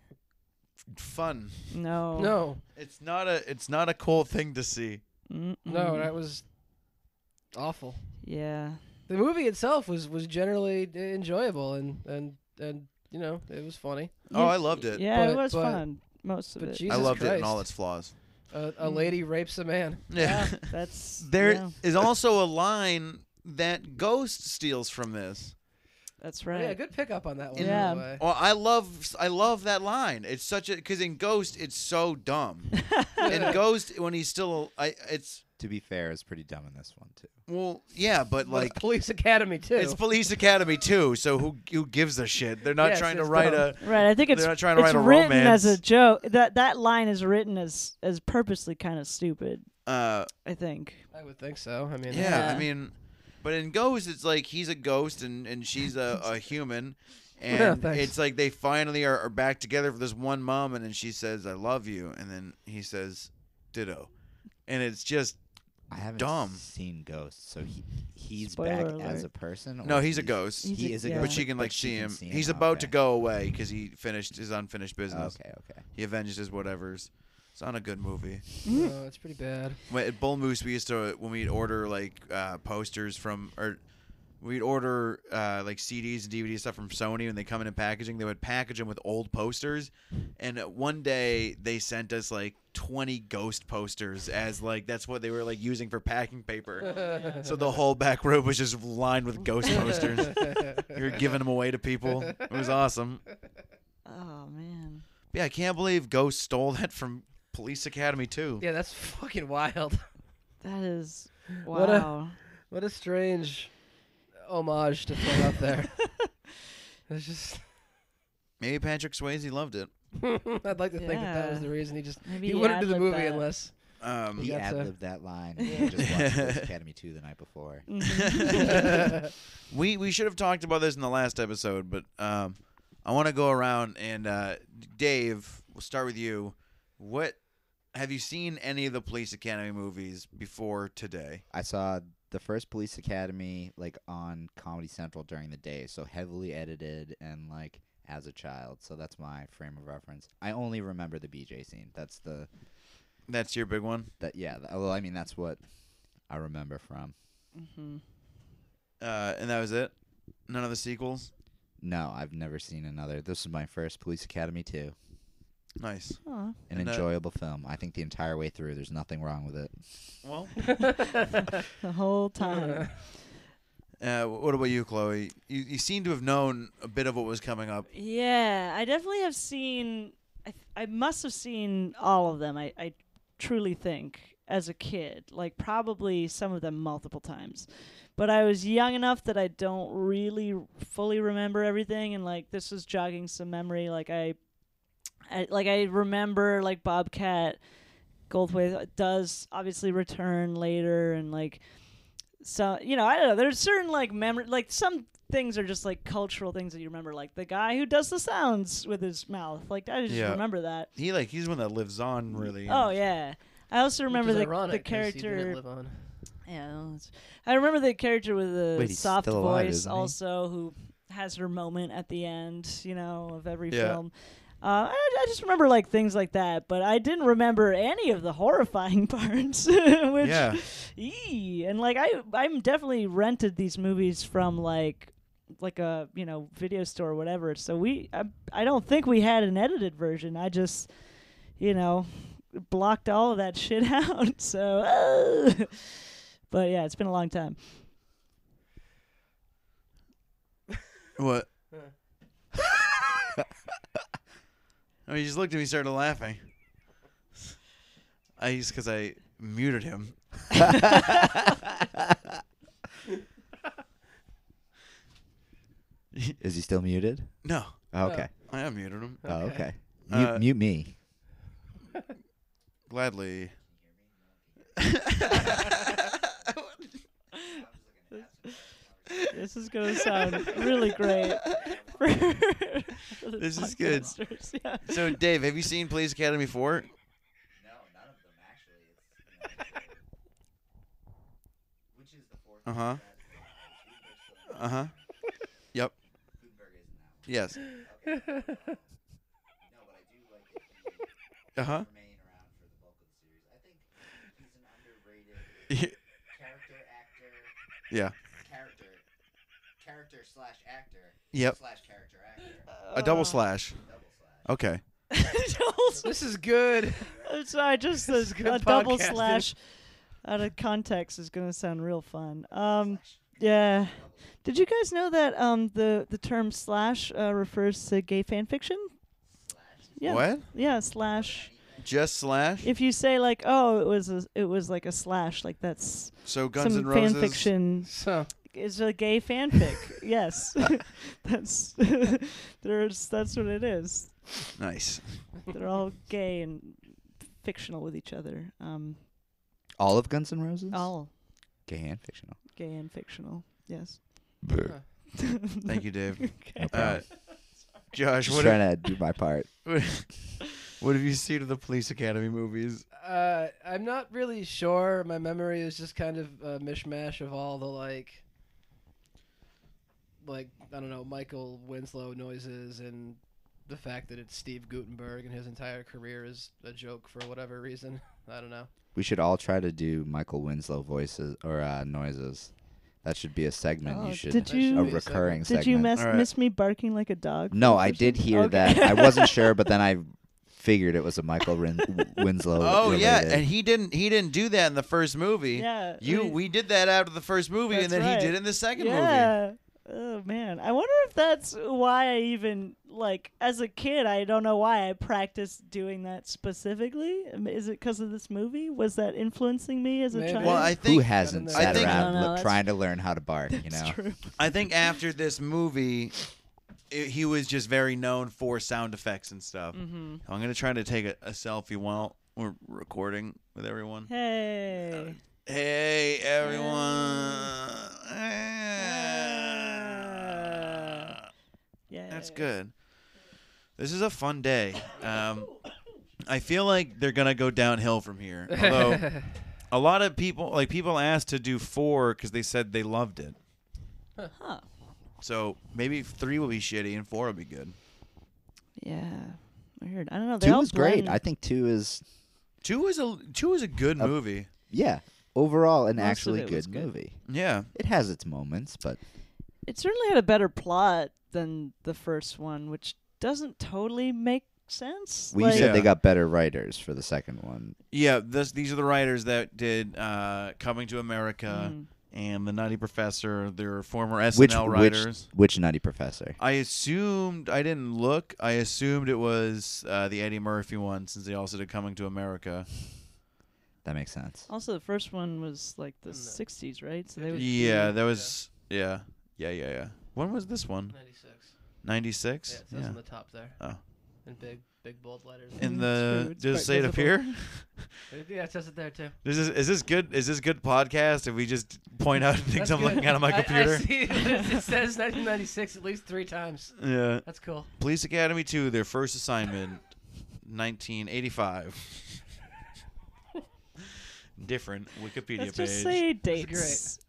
S8: f- fun.
S10: No.
S6: No,
S8: It's not a it's not a cool thing to see.
S10: Mm-mm.
S6: no, that was awful.
S10: Yeah.
S6: The movie itself was was generally enjoyable, and and and you know, it was funny.
S8: Oh, I loved it.
S10: Yeah,
S6: But-
S10: it was
S6: but-
S10: fun. Most of
S6: But
S10: it. Mm.
S6: Jesus
S8: I loved
S6: Christ,
S8: it in all its flaws.
S6: a, a lady rapes a man.
S10: yeah, that's
S8: There is
S10: yeah,
S8: also a line that Ghost steals from this.
S10: that's
S6: Oh,
S10: right.
S6: Yeah, good pickup on that one.
S10: Yeah.
S6: By the way.
S8: Well, I love I love that line. It's such a because in Ghost it's so dumb. in Ghost when he's still I it's
S9: To be fair, it's pretty dumb in this one too.
S8: well yeah, but like
S6: Police Academy too.
S8: it's Police Academy too. So who who gives a shit? They're not
S6: Yes,
S8: trying to
S6: it's
S8: write
S6: dumb.
S8: a.
S10: Right, I think
S8: They're
S10: it's
S8: not trying to
S10: it's
S8: write a
S10: written
S8: romance.
S10: as a joke. That that line is written as as purposely kind of stupid.
S8: Uh,
S10: I think.
S6: I would think so. I mean,
S8: Yeah, I
S10: Yeah.
S8: mean, but in Ghost, it's like he's a ghost and, and she's a, a human.
S6: Yeah,
S8: And
S6: thanks.
S8: it's like they finally are, are back together for this one moment, and she says, I love you. And then he says, Ditto. And it's just,
S9: I haven't
S8: Dumb.
S9: seen Ghosts, so he he's
S10: Spoiler
S9: back as
S10: alert.
S9: a person. or
S8: no, Oh, he's a ghost.
S10: He's
S9: He
S10: a-
S9: is a
S10: yeah.
S9: ghost,
S8: but she can, like, see, him. He's about to
S9: Okay.
S8: go away because he finished his unfinished business.
S9: Okay, okay.
S8: He avenged his whatevers. It's not a good movie.
S10: Mm.
S6: no, it's uh, pretty bad.
S8: When, at Bull Moose, we used to when we'd order like uh, posters from or we'd order uh, like CDs and DVD stuff from Sony when they come in in packaging. They would package them with old posters, and uh, one day they sent us like twenty ghost posters as like that's what they were like using for packing paper. so the whole back room was just lined with ghost posters. you were giving them away to people. It was awesome.
S10: Oh man.
S8: Yeah, I can't believe Ghost stole that from Police Academy too.
S6: Yeah, that's fucking wild.
S10: That is
S6: What a-
S10: wow.
S6: What a strange homage to throw out there. It's just,
S8: Maybe Patrick Swayze loved it.
S6: I'd like to think that that was
S10: Yeah.
S6: the reason he just
S10: Maybe
S6: he
S10: he
S6: wouldn't do the
S10: ad-libbed
S6: movie
S10: that.
S6: unless
S8: Um,
S9: He
S6: got
S9: ad
S6: to-
S9: libbed that line. And he just watched Police Academy 2 the night before.
S8: We we should have talked about this in the last episode, but um, I want to go around and uh, Dave, we'll start with you. What have you seen any of the Police Academy movies before today?
S9: I saw the first Police Academy like on Comedy Central during the day, so heavily edited and like as a child. So that's my frame of reference. I only remember the BJ scene. That's the
S8: That's your big one.
S9: that yeah. th- Well, I mean that's what I remember from.
S8: Uh, and that was it. None of the sequels.
S9: No, I've never seen another. This is my first Police Academy 2.
S8: Nice.
S10: Aw.
S9: An
S8: And, uh,
S9: enjoyable film. I think the entire way through, there's nothing wrong with it.
S8: Well,
S10: the whole time.
S8: uh, what about you, Chloe? You you seem to have known a bit of what was coming up.
S10: Yeah, I definitely have seen. I, th- I must have seen all of them. I, I truly think as a kid, like probably some of them multiple times. But I was young enough that I don't really r- fully remember everything, and like this was jogging some memory. Like I, I like I remember like Bobcat Goldthwait does obviously return later, and like so you know i don't know there's certain like memory like some things are just like cultural things that you remember like the guy who does the sounds with his mouth like i just
S8: Yeah.
S10: remember that
S8: He like he's the one that lives on, really.
S10: oh yeah i also remember
S11: Which
S10: the,
S11: is ironic
S10: the
S11: 'cause he didn't
S10: character
S11: live on.
S10: yeah, that's- I remember the character with the
S9: Wait, he's
S10: soft
S9: still alive,
S10: voice
S9: isn't he?
S10: also who has her moment at the end, you know, of every
S8: Yeah.
S10: film. Uh, I, I just remember like things like that, but I didn't remember any of the horrifying parts. which,
S8: Yeah.
S10: ee, and like I, I'm definitely rented these movies from like, like a you know video store or whatever. So we, I, I don't think we had an edited version. I just, you know, blocked all of that shit out. So, but yeah, it's been a long time.
S8: What? I mean, he just looked at me, started laughing. I just because I muted him.
S9: Is he still muted?
S8: No,
S9: Oh, okay.
S8: I unmuted him
S9: Oh,
S11: Okay.
S9: okay. Mute,
S8: Uh,
S9: mute me.
S8: gladly.
S10: This is gonna sound really great. For for the
S8: This is good.
S10: podcasters, yeah.
S8: So, Dave, have you seen Police Academy Four?
S9: No, none of them actually.
S8: Uh-huh.
S9: Which is the fourth
S8: Uh huh. Uh huh. Yep. Yes.
S9: No, but I do like that he
S8: Uh huh.
S9: remained around for the bulk of the series. I think he's an underrated character actor,
S8: yeah.
S9: character, character slash actor,
S8: Yep.
S9: slash character actor.
S8: A
S10: Uh,
S8: double slash. Okay.
S10: Double-
S6: This is good.
S10: I'm sorry, just a,
S6: good
S10: a double
S6: podcasting.
S10: slash out of context is gonna sound real fun. Um, yeah. Did you guys know that um the the term slash uh, refers to gay fan fiction? Yeah.
S8: What?
S10: Yeah, slash.
S8: Just slash.
S10: If you say like, oh, it was a, it was like a slash, like that's
S8: So Guns
S10: some
S8: N'
S10: fan
S8: Roses.
S10: fiction
S6: So
S10: is a gay fanfic. yes, that's there's that's what it is.
S8: Nice.
S10: They're all gay and fictional with each other. Um,
S9: All of Guns N' Roses?
S10: all
S9: Gay and fictional.
S10: gay and fictional. Yes.
S8: Thank you, Dave.
S10: Okay.
S8: Uh, Josh,
S9: Just
S8: what
S9: trying
S8: have,
S9: to do my part.
S8: what have you seen of the Police Academy movies?
S6: uh, I'm not really sure. My memory is just kind of a mishmash of all the like, like I don't know, Michael Winslow noises and the fact that it's Steve Gutenberg and his entire career is a joke for whatever reason. I don't know.
S9: We should all try to do Michael Winslow voices or uh, noises. That should be a segment.
S10: Oh,
S9: you should
S10: did
S9: a
S6: That
S10: you-
S6: should be a segment.
S9: recurring
S10: Did
S9: segment.
S10: you mess,
S8: All right.
S10: miss me barking like a dog?
S9: No,
S10: for the
S9: I
S10: first
S9: did
S10: time?
S9: hear
S10: Okay.
S9: that. I wasn't sure, but then I figured it was a Michael Rin- Winslow.
S8: Oh yeah,
S9: related.
S8: and he didn't he didn't do that in the first movie.
S10: Yeah,
S8: You
S10: we-
S8: we did that after the first movie and
S10: That's
S8: then
S10: right.
S8: he did it in the second movie.
S10: yeah. Oh man, I wonder if that's why I even like as a kid. I don't know why I practiced doing that specifically. Um, Is it because of this movie? Was that influencing me as a
S6: Maybe.
S10: child?
S8: Well, I
S9: Who
S8: think
S9: hasn't
S6: I
S9: sat
S8: think-
S9: around
S10: No, no,
S9: lo-
S10: that's-
S9: trying to learn how to bark? You
S10: That's
S9: know,
S10: true.
S8: I think after this movie i he was just very known for sound effects and stuff. I'm going to try to take a, a selfie while we're recording with everyone.
S10: Hey.
S8: Hey everyone.
S10: Yeah.
S8: That's good. This is a fun day. Um, I feel like they're gonna go downhill from here. Although a lot of people, like people, asked to do four because they said they loved it.
S10: Huh.
S8: So maybe three will be shitty and four will be good.
S10: Yeah. Weird. I don't know. They
S9: two
S10: all
S9: is great.
S10: blend.
S9: I think two is
S8: Two is a two is a good movie.
S9: yeah. overall, an
S10: Most of
S9: actually
S10: it was
S9: good
S10: good.
S9: movie.
S8: Yeah.
S9: It has its moments, but
S10: It certainly had a better plot than the first one, which doesn't totally make sense.
S9: we
S10: like,
S9: said they
S8: Yeah.
S9: got better writers for the second one.
S8: Yeah, this, these are the writers that did uh, Coming to America
S10: Mm.
S8: and The Nutty Professor. They're former SNL
S9: Which
S8: writers.
S9: which which Nutty Professor?
S8: I assumed I didn't look. I assumed it was uh, the Eddie Murphy one since they also did Coming to America.
S9: That makes sense.
S10: Also, the first one was like the '60s, right? So they would
S8: Yeah, that was yeah, yeah, yeah, yeah. When was this one?
S6: 96.
S8: Ninety
S6: Yeah,
S8: six.
S6: it says on the top there.
S8: Oh.
S6: In big, big bold letters.
S8: In
S10: Mm,
S8: the
S10: true, it's
S8: does it
S10: quite
S8: say it up
S10: visible.
S8: here?
S6: yeah, it says it there too.
S8: This is is this good? Is this good podcast? If we just point out things
S6: That's
S8: I'm
S6: good.
S8: looking at on my
S6: I-
S8: computer.
S6: I, see it, it says 1996 at least three times.
S8: Yeah.
S6: That's cool.
S8: Police Academy two. Their first assignment, 1985. Different Wikipedia
S10: Let's
S8: page.
S10: just say
S6: great.
S10: dates.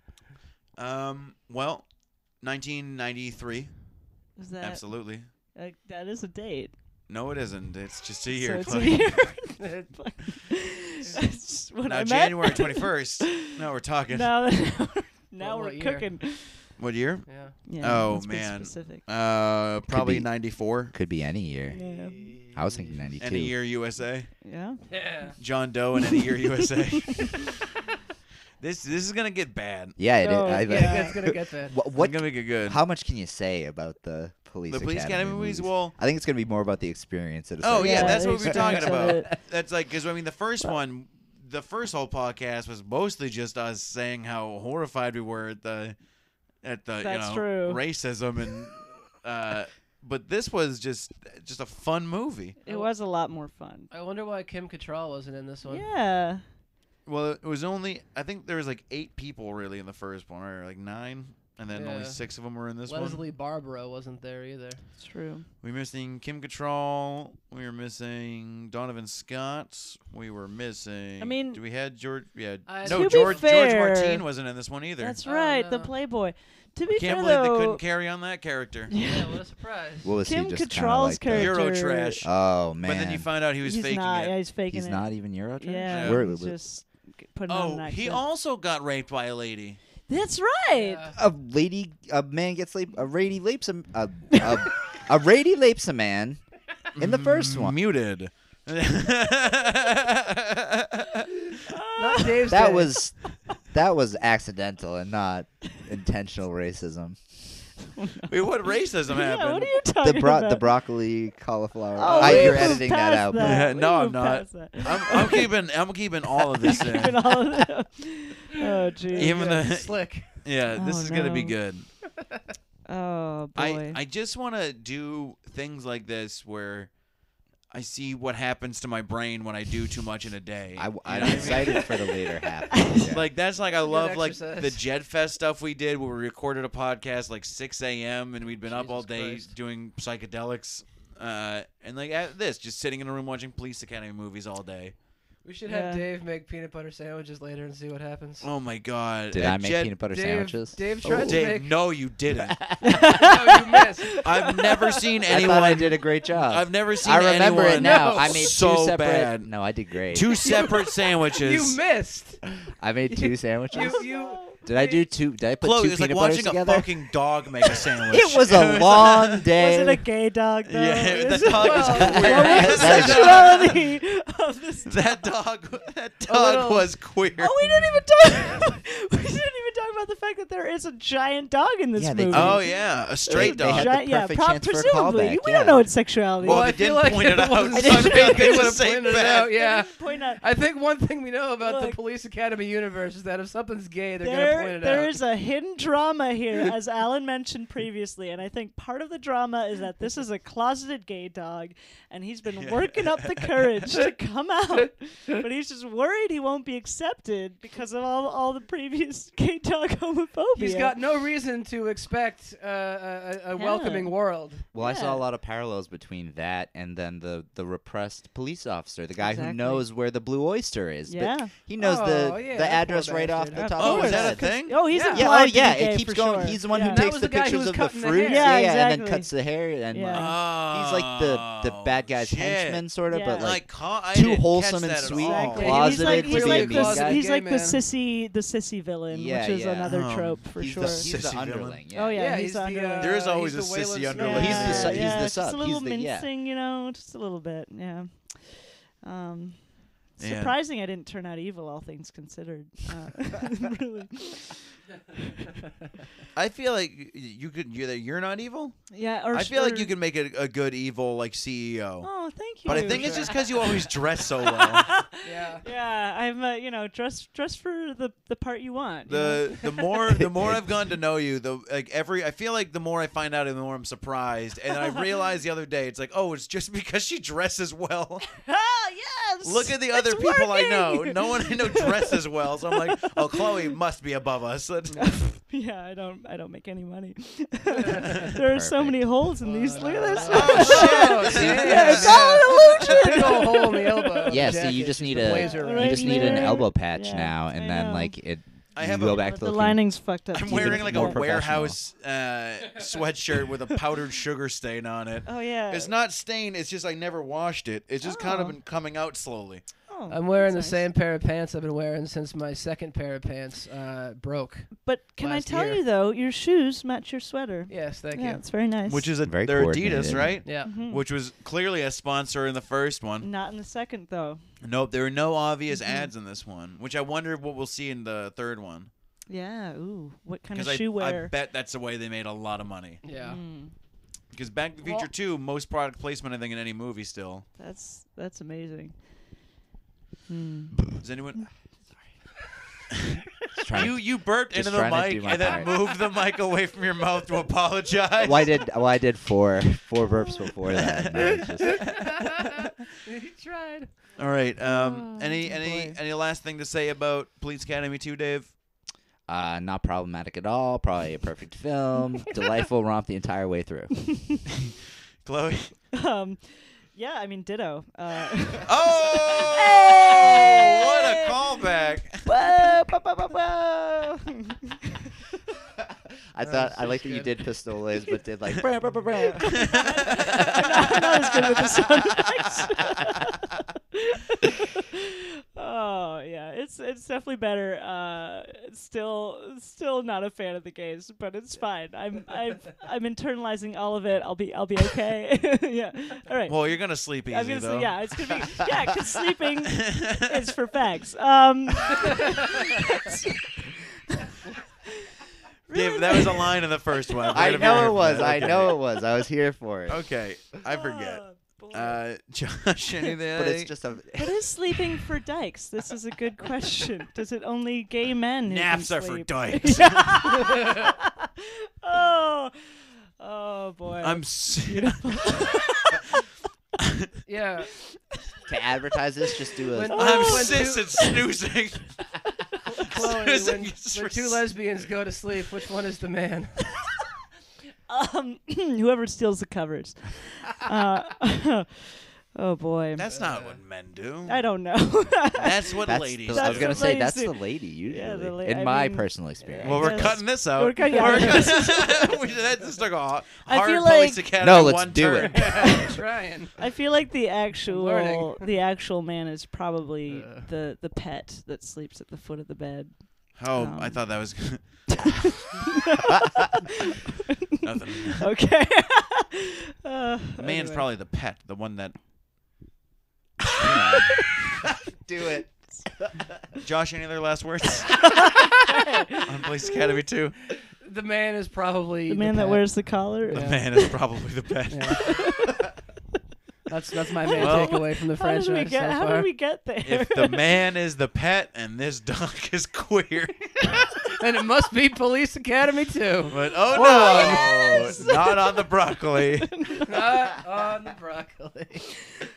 S8: um. Well, 1993.
S10: Is that
S8: Absolutely.
S10: like, that is a date?
S8: No, it isn't. It's just a
S10: so
S8: year.
S10: it's a
S8: Clay.
S10: year.
S6: It
S10: That's just what I
S8: now
S10: meant.
S8: January 21st. now we're talking.
S10: now, now
S6: Well,
S10: we're
S6: what year?
S10: cooking.
S8: What year?
S6: Yeah.
S10: Yeah,
S8: Oh,
S10: let's be
S8: man.
S10: specific.
S8: Uh, probably
S9: be-
S8: 94.
S9: Could be any year.
S10: Yeah.
S9: I was thinking ninety
S8: Any
S9: two.
S8: year USA.
S10: Yeah.
S6: Yeah.
S8: John Doe and Any Year USA. this this is gonna get bad.
S9: Yeah, it is.
S10: No,
S9: I,
S10: Oh, yeah,
S6: it's gonna get bad.
S9: What,
S8: What
S9: what
S8: gonna make it good?
S9: How much can you say about the police?
S8: The Police Academy movies, well-
S9: I think it's gonna be more about the experience. At a
S8: oh
S9: certain
S8: yeah,
S10: Yeah,
S9: point.
S8: that's
S10: the
S8: what we were talking
S10: experience of
S8: about.
S10: it.
S8: That's like because I mean the first one, the first whole podcast was mostly just us saying how horrified we were at the at the
S10: That's
S8: you know
S10: true.
S8: racism and uh, but this was just just a fun movie.
S10: It was a lot more fun.
S6: I wonder why Kim Cattrall wasn't in this one.
S10: Yeah.
S8: Well, it was only I think there was like eight people really in the first one, or like nine, and then only
S6: Yeah.
S8: six of them were in this one.
S6: Leslie Barbaro wasn't there either.
S10: True.
S8: We were missing Kim Cattrall. We were missing Donovan Scott. We were missing.
S10: I mean-
S8: do we had George? Yeah,
S6: I-
S8: no,
S10: To be
S8: George George
S10: fair-
S8: Martin wasn't in this one either.
S10: That's
S6: Oh,
S10: right. The
S6: no.
S10: Playboy. To be
S8: Can't
S10: fair
S8: believe
S10: though,
S8: they couldn't carry on that character.
S6: Yeah, what a surprise.
S9: What was
S10: Kim
S9: he just kinda
S10: Cattrall's
S9: like the-
S10: character.
S8: Eurotrash.
S9: Oh man.
S8: But then you find out he was
S10: he's
S8: faking
S10: not. Yeah,
S8: it.
S10: he's faking
S9: he's
S10: it.
S9: not even Euro.
S10: Yeah.
S9: Where,
S10: he's
S9: where-
S10: just g- putting on
S8: Oh,
S10: an
S8: he
S10: accent.
S8: also got raped by a lady.
S10: That's right.
S6: Yeah.
S9: a lady, a man gets lap, a lady lapes a, a, a, a lady lapes a man in the first one.
S8: Muted.
S6: Not Dave's
S9: That
S6: day.
S9: was that was accidental and not intentional racism.
S8: Wait, what racism happened?
S10: Yeah. What are you
S9: The
S10: talking
S9: bro-
S10: about?
S9: the broccoli cauliflower.
S10: Oh,
S9: I,
S10: we
S9: you're
S10: moved
S9: editing that
S10: past
S9: out. but-
S10: That.
S8: Yeah,
S10: We
S8: no, I'm
S10: moved
S8: not.
S10: past that.
S8: I'm, I'm keeping. I'm keeping all of this in.
S10: Even all of them. Oh jeez.
S8: Even the
S6: slick.
S8: yeah, this
S10: Oh,
S8: is gonna be
S10: no.
S8: good.
S10: Oh boy.
S8: I I just want to do things like this where I see what happens to my brain when I do too much in a day.
S9: I, am
S8: You know what I mean?
S9: excited for the later half. Yeah.
S8: Like that's like I love like the
S6: exercise.
S8: Jed Fest stuff we did where we recorded a podcast like 6 a.m. and we'd been up all
S6: Jesus
S8: day
S6: Christ.
S8: doing psychedelics. Uh, and like at this, just sitting in a room watching Police Academy movies all day.
S6: We should
S10: Yeah.
S6: have Dave make peanut butter sandwiches later and see what happens.
S8: Oh my god!
S9: Did
S8: At
S9: I make
S8: Jed-
S9: peanut butter
S6: Dave-
S9: sandwiches? Oh,
S6: Dave tried to- make-
S8: Dave, no, you didn't.
S6: no, you missed.
S8: I've never seen anyone.
S9: I thought I did a great job.
S8: I've never seen.
S9: I remember
S8: anyone
S9: it now. I made two
S8: so
S9: separate.
S8: bad.
S9: No, I did great.
S8: Two separate sandwiches.
S6: You missed.
S9: I made two sandwiches.
S6: You, you,
S9: did I do two? Did I put
S8: Chloe,
S9: two
S8: it's
S9: peanut
S8: like
S9: butters
S8: watching
S9: together?
S8: a fucking dog make a sandwich.
S9: it was a long
S10: Was
S9: day.
S10: it a gay dog though?
S8: Yeah,
S10: Is
S8: that
S10: it-
S8: dog was
S10: Well,
S8: queer.
S10: What
S9: That is-
S10: was the sexuality of this?
S8: that dog. That dog
S6: little-
S8: was queer.
S10: Oh, we didn't even talk. we didn't even talk about the fact that there is a giant dog in this
S9: Yeah, they
S10: movie.
S9: do.
S8: Oh, yeah, a straight
S9: They- they
S8: dog.
S9: had- the
S10: Giant- yeah,
S9: perfect
S10: prob-
S9: chance for a
S10: presumably.
S9: callback,
S10: we
S9: yeah.
S10: don't know what sexuality
S8: well,
S10: is.
S6: I
S8: they didn't
S6: feel like
S8: point
S6: it
S8: it out.
S6: wasn't-
S8: so
S6: they
S8: I think they
S6: would've
S8: would have
S6: pointed it out, yeah.
S10: Point out.
S6: I think one thing we know about
S10: Look.
S6: the police academy universe is that if something's gay, they're gonna point
S10: There,
S6: it
S10: there
S6: out.
S10: is a hidden drama here, as Alan mentioned previously, and I think part of the drama is that this is a closeted gay dog, and he's been working up the courage to come out, but he's just worried he won't be accepted because of all all the previous gay dog talk homophobia.
S6: He's got no reason to expect uh, a, a- a welcoming world.
S9: Well, I
S10: Yeah.
S9: saw a lot of parallels between that and then the, the repressed police officer, the guy
S10: Exactly.
S9: who knows where the Blue Oyster is. but
S10: Yeah.
S9: he knows
S6: Oh,
S9: the
S6: yeah, that
S9: the
S6: poor
S9: address right off
S6: bastard.
S9: the top
S8: Oh,
S9: of
S8: is
S9: his
S8: that a
S9: head.
S8: thing?
S10: Oh, he's
S6: Yeah.
S10: implied
S9: Yeah, oh
S10: to be
S9: yeah,
S10: gay
S9: it keeps
S10: for
S9: going.
S10: sure.
S9: He's the one
S10: Yeah.
S9: who
S6: That
S9: takes
S6: was
S9: the,
S6: the guy who
S9: pictures
S6: was
S9: of the
S6: cutting the
S9: fruit,
S6: hair. Oh,
S10: Yeah,
S9: yeah, and
S10: exactly.
S9: then cuts the hair, and
S10: Yeah.
S9: he's like the the bad guy's
S8: Oh, shit.
S9: henchman, sort of,
S10: Yeah.
S9: but
S8: Like,
S9: like
S8: ca- I
S9: too
S8: didn't catch
S9: wholesome and
S8: that at
S9: sweet and
S8: all.
S10: Exactly.
S9: closet
S10: he's like,
S9: to
S10: he's
S9: be
S6: a
S10: like, the,
S9: mean
S10: s-
S9: guy.
S10: he's
S6: Gay
S10: like the
S6: man.
S10: sissy, the sissy villain,
S9: Yeah,
S10: which is
S9: yeah.
S10: another
S8: Um,
S10: trope for
S9: he's
S10: sure.
S9: the, he's the
S8: Sissy villain.
S9: underling. Yeah.
S10: oh yeah,
S6: Yeah,
S10: he's,
S6: he's
S10: the
S6: the,
S10: underling.
S6: uh,
S8: There is always
S6: he's
S8: a
S6: the
S8: sissy
S6: Waylon
S8: underling.
S9: He's the su-
S10: yeah,
S9: he's the
S10: yeah,
S9: sub,
S10: Just a
S9: he's
S10: little
S9: the- yeah.
S10: mincing, you know, just a little bit. Yeah. Um,
S8: Man.
S10: surprising, I didn't turn out evil. All things considered, uh, really.
S8: I feel like y- you could. You're, that you're not evil.
S10: Yeah. Or
S8: I feel like
S10: or-
S8: you could make a, a good evil like CEO.
S10: Oh, thank you.
S8: but I think it's just because you always dress so well.
S6: Yeah.
S10: Yeah, I'm. Uh, you know, dress dress for the the part you want. you know?
S8: the the more the more I've gotten to know you, the like every I feel like the more I find out, and the more I'm surprised. And I realized the other day, it's like, oh, it's just because she dresses well.
S10: ah yes.
S8: Look at the
S10: It's
S8: other people I know.
S10: working!
S8: No one I know dresses well, so I'm like, oh, Chloe must be above us.
S10: yeah, I don't. I don't make any money. there are so many holes in these. Look at this.
S8: oh shit!
S10: yeah, it's all an illusion.
S6: Big ol' hole in the elbow.
S9: Yeah, so
S6: Jacket,
S9: you just need
S6: the
S9: a
S6: blazer
S10: Right
S6: around
S9: you
S6: it.
S9: just need an
S10: there.
S9: elbow patch
S10: Yeah,
S9: now, and
S10: I know.
S9: then like it.
S8: I
S9: you
S8: have
S9: go
S8: a-
S9: back to
S10: the
S9: looking-
S10: lining's fucked up.
S8: I'm
S10: too.
S8: wearing like a
S9: More professional.
S8: warehouse uh, sweatshirt with a powdered sugar stain on it.
S10: Oh yeah.
S8: It's not stained. It's just I never washed it. It's just kind
S10: Oh.
S8: of been coming out slowly.
S10: Oh,
S6: I'm wearing the
S10: that's nice.
S6: same pair of pants I've been wearing since my second pair of pants uh, broke.
S10: But can I
S6: last
S10: tell
S6: year.
S10: you though, your shoes match your sweater.
S6: Yes, thank
S10: yeah,
S6: you.
S10: it's Mm-hmm. very nice.
S8: Which is a
S9: Very
S8: they're Adidas,
S9: coordinated.
S8: right?
S6: Yeah.
S8: Which was clearly a sponsor in the first one.
S10: not in the second though.
S8: Nope, there were no obvious
S10: Mm-hmm.
S8: ads in this one, which I wonder what we'll see in the third one.
S10: Yeah. Ooh, what kind of
S8: I,
S10: shoe
S8: I
S10: wear?
S8: bet that's the way they made a lot of money.
S10: Mm-hmm.
S6: Yeah.
S8: Because Back to the Future 2,
S10: Well-
S8: most product placement, I think, in any movie still.
S10: That's that's amazing.
S8: Is anyone.
S9: Just trying to-
S8: You you burped
S9: Just
S8: into the
S9: trying to
S8: mic
S9: do my
S8: and then
S9: part.
S8: moved the mic away from your mouth to apologize.
S9: well, I did. Well, I did four four burps before that. and then it's just-
S6: he tried.
S8: All right. Um, any
S10: Oh,
S8: any
S10: boy.
S8: any last thing to say about Police Academy 2, Dave?
S9: uh, not problematic at all. Probably a perfect film. Delightful romp the entire way through.
S8: Chloe?
S10: Um, yeah, I mean, ditto. Uh,
S8: Oh!
S10: Hey!
S8: What a callback!
S10: whoa, whoa, whoa, whoa, whoa.
S9: I thought I like that you did pistoles, but did like. brr, brr, brr, brr.
S10: I'm not, I'm not as good with the sound effects. oh yeah, it's it's definitely better. Uh, still still not a fan of the games, but it's fine. I'm I'm I'm internalizing all of it. I'll be I'll be okay. yeah. All right.
S8: Well, you're gonna sleep easy
S10: I was gonna
S8: though.
S10: say yeah, it's gonna be yeah, 'cause sleeping is for facts. Um,
S8: Dave, that was a line in the first one.
S9: I
S8: Forget if
S9: know
S8: you're
S9: it was.
S8: here for
S9: I
S8: that.
S9: know it was. I was here for it.
S8: Okay, I forget.
S10: Oh, boy.
S8: Uh, Josh, anything?
S9: But it's just a.
S10: what is sleeping for dykes? This is a good question. Does it only gay men who can
S8: naps are for
S10: sleep?
S8: dykes.
S10: oh, oh boy.
S8: I'm. s
S6: Yeah.
S9: to advertise this, just do a.
S6: When-
S8: I'm
S6: Oh,
S8: cis
S6: when
S8: and snoozing.
S6: Chloe,
S8: Susan
S6: when,
S8: gets
S6: when two
S8: res-
S6: lesbians go to sleep, which one is the man?
S10: um, whoever steals the covers. Uh, oh boy.
S8: That's not what men do.
S10: I don't know.
S8: That's what
S9: That's
S8: ladies.
S9: the-
S8: do.
S9: I was
S10: That's
S9: gonna
S10: the
S9: say
S10: ladies
S9: that's
S10: do.
S9: the lady usually,
S10: Yeah, the la-
S9: in
S10: I
S9: my
S10: mean,
S9: personal experience.
S8: Well, we're
S10: Yes.
S8: cutting this out.
S10: We're cutting- yeah,
S8: We're
S10: we're
S8: cutting- we- that just took a hard
S10: I feel
S8: police
S10: like-
S8: academy
S9: No, let's
S8: one
S9: do
S8: turn.
S9: it.
S6: I'm trying.
S10: I feel like the
S6: learning.
S10: actual the actual man is probably
S8: Uh.
S10: the the pet that sleeps at the foot of the bed.
S8: Oh,
S10: Um,
S8: I thought that was nothing.
S10: Okay. uh,
S8: Man's
S10: anyway.
S8: probably the pet, the one that.
S9: do it.
S8: Josh, any other last words on Police Academy 2?
S6: The man is probably
S10: the man that
S6: pet.
S10: wears the collar.
S8: The
S6: Yeah.
S8: man is probably the pet.
S6: That's that's my main
S8: Well-
S6: takeaway from the
S10: How did we
S6: franchise
S10: get?
S6: so
S10: how
S6: far.
S10: did we get there?
S8: If the man is the pet and this dog is queer,
S6: and it must be Police Academy too.
S8: but oh no, not on the broccoli.
S6: Not on the broccoli.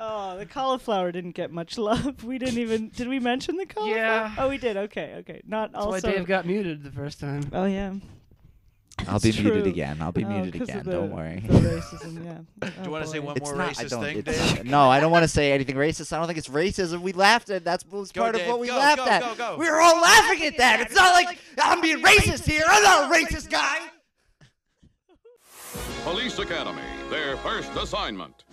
S10: Oh, the cauliflower didn't get much love. We didn't even. Did we mention the cauliflower?
S6: Yeah.
S10: Oh, we did. Okay. Okay. Not
S6: That's why
S10: also.
S6: Dave got muted the first time.
S10: oh yeah.
S9: I'll be
S10: It's
S9: muted
S10: true.
S9: again. I'll be
S10: Oh,
S9: muted
S10: 'cause of
S9: again.
S10: the-
S9: Don't worry.
S10: The racism. Yeah. Oh,
S8: Do you want to say one more
S9: I
S8: racist
S9: don't,
S8: thing,
S9: it's-
S8: Dave?
S9: No, I don't want to say anything racist. I don't think it's racism. We laughed at that's was
S8: Go,
S9: part
S8: Dave.
S9: of what we
S8: Go,
S9: laughed
S8: go,
S9: at.
S8: go, go.
S9: We were all laughing at that. It's not like I'm being racist here. I'm not a racist guy.
S1: Police Academy, their first assignment.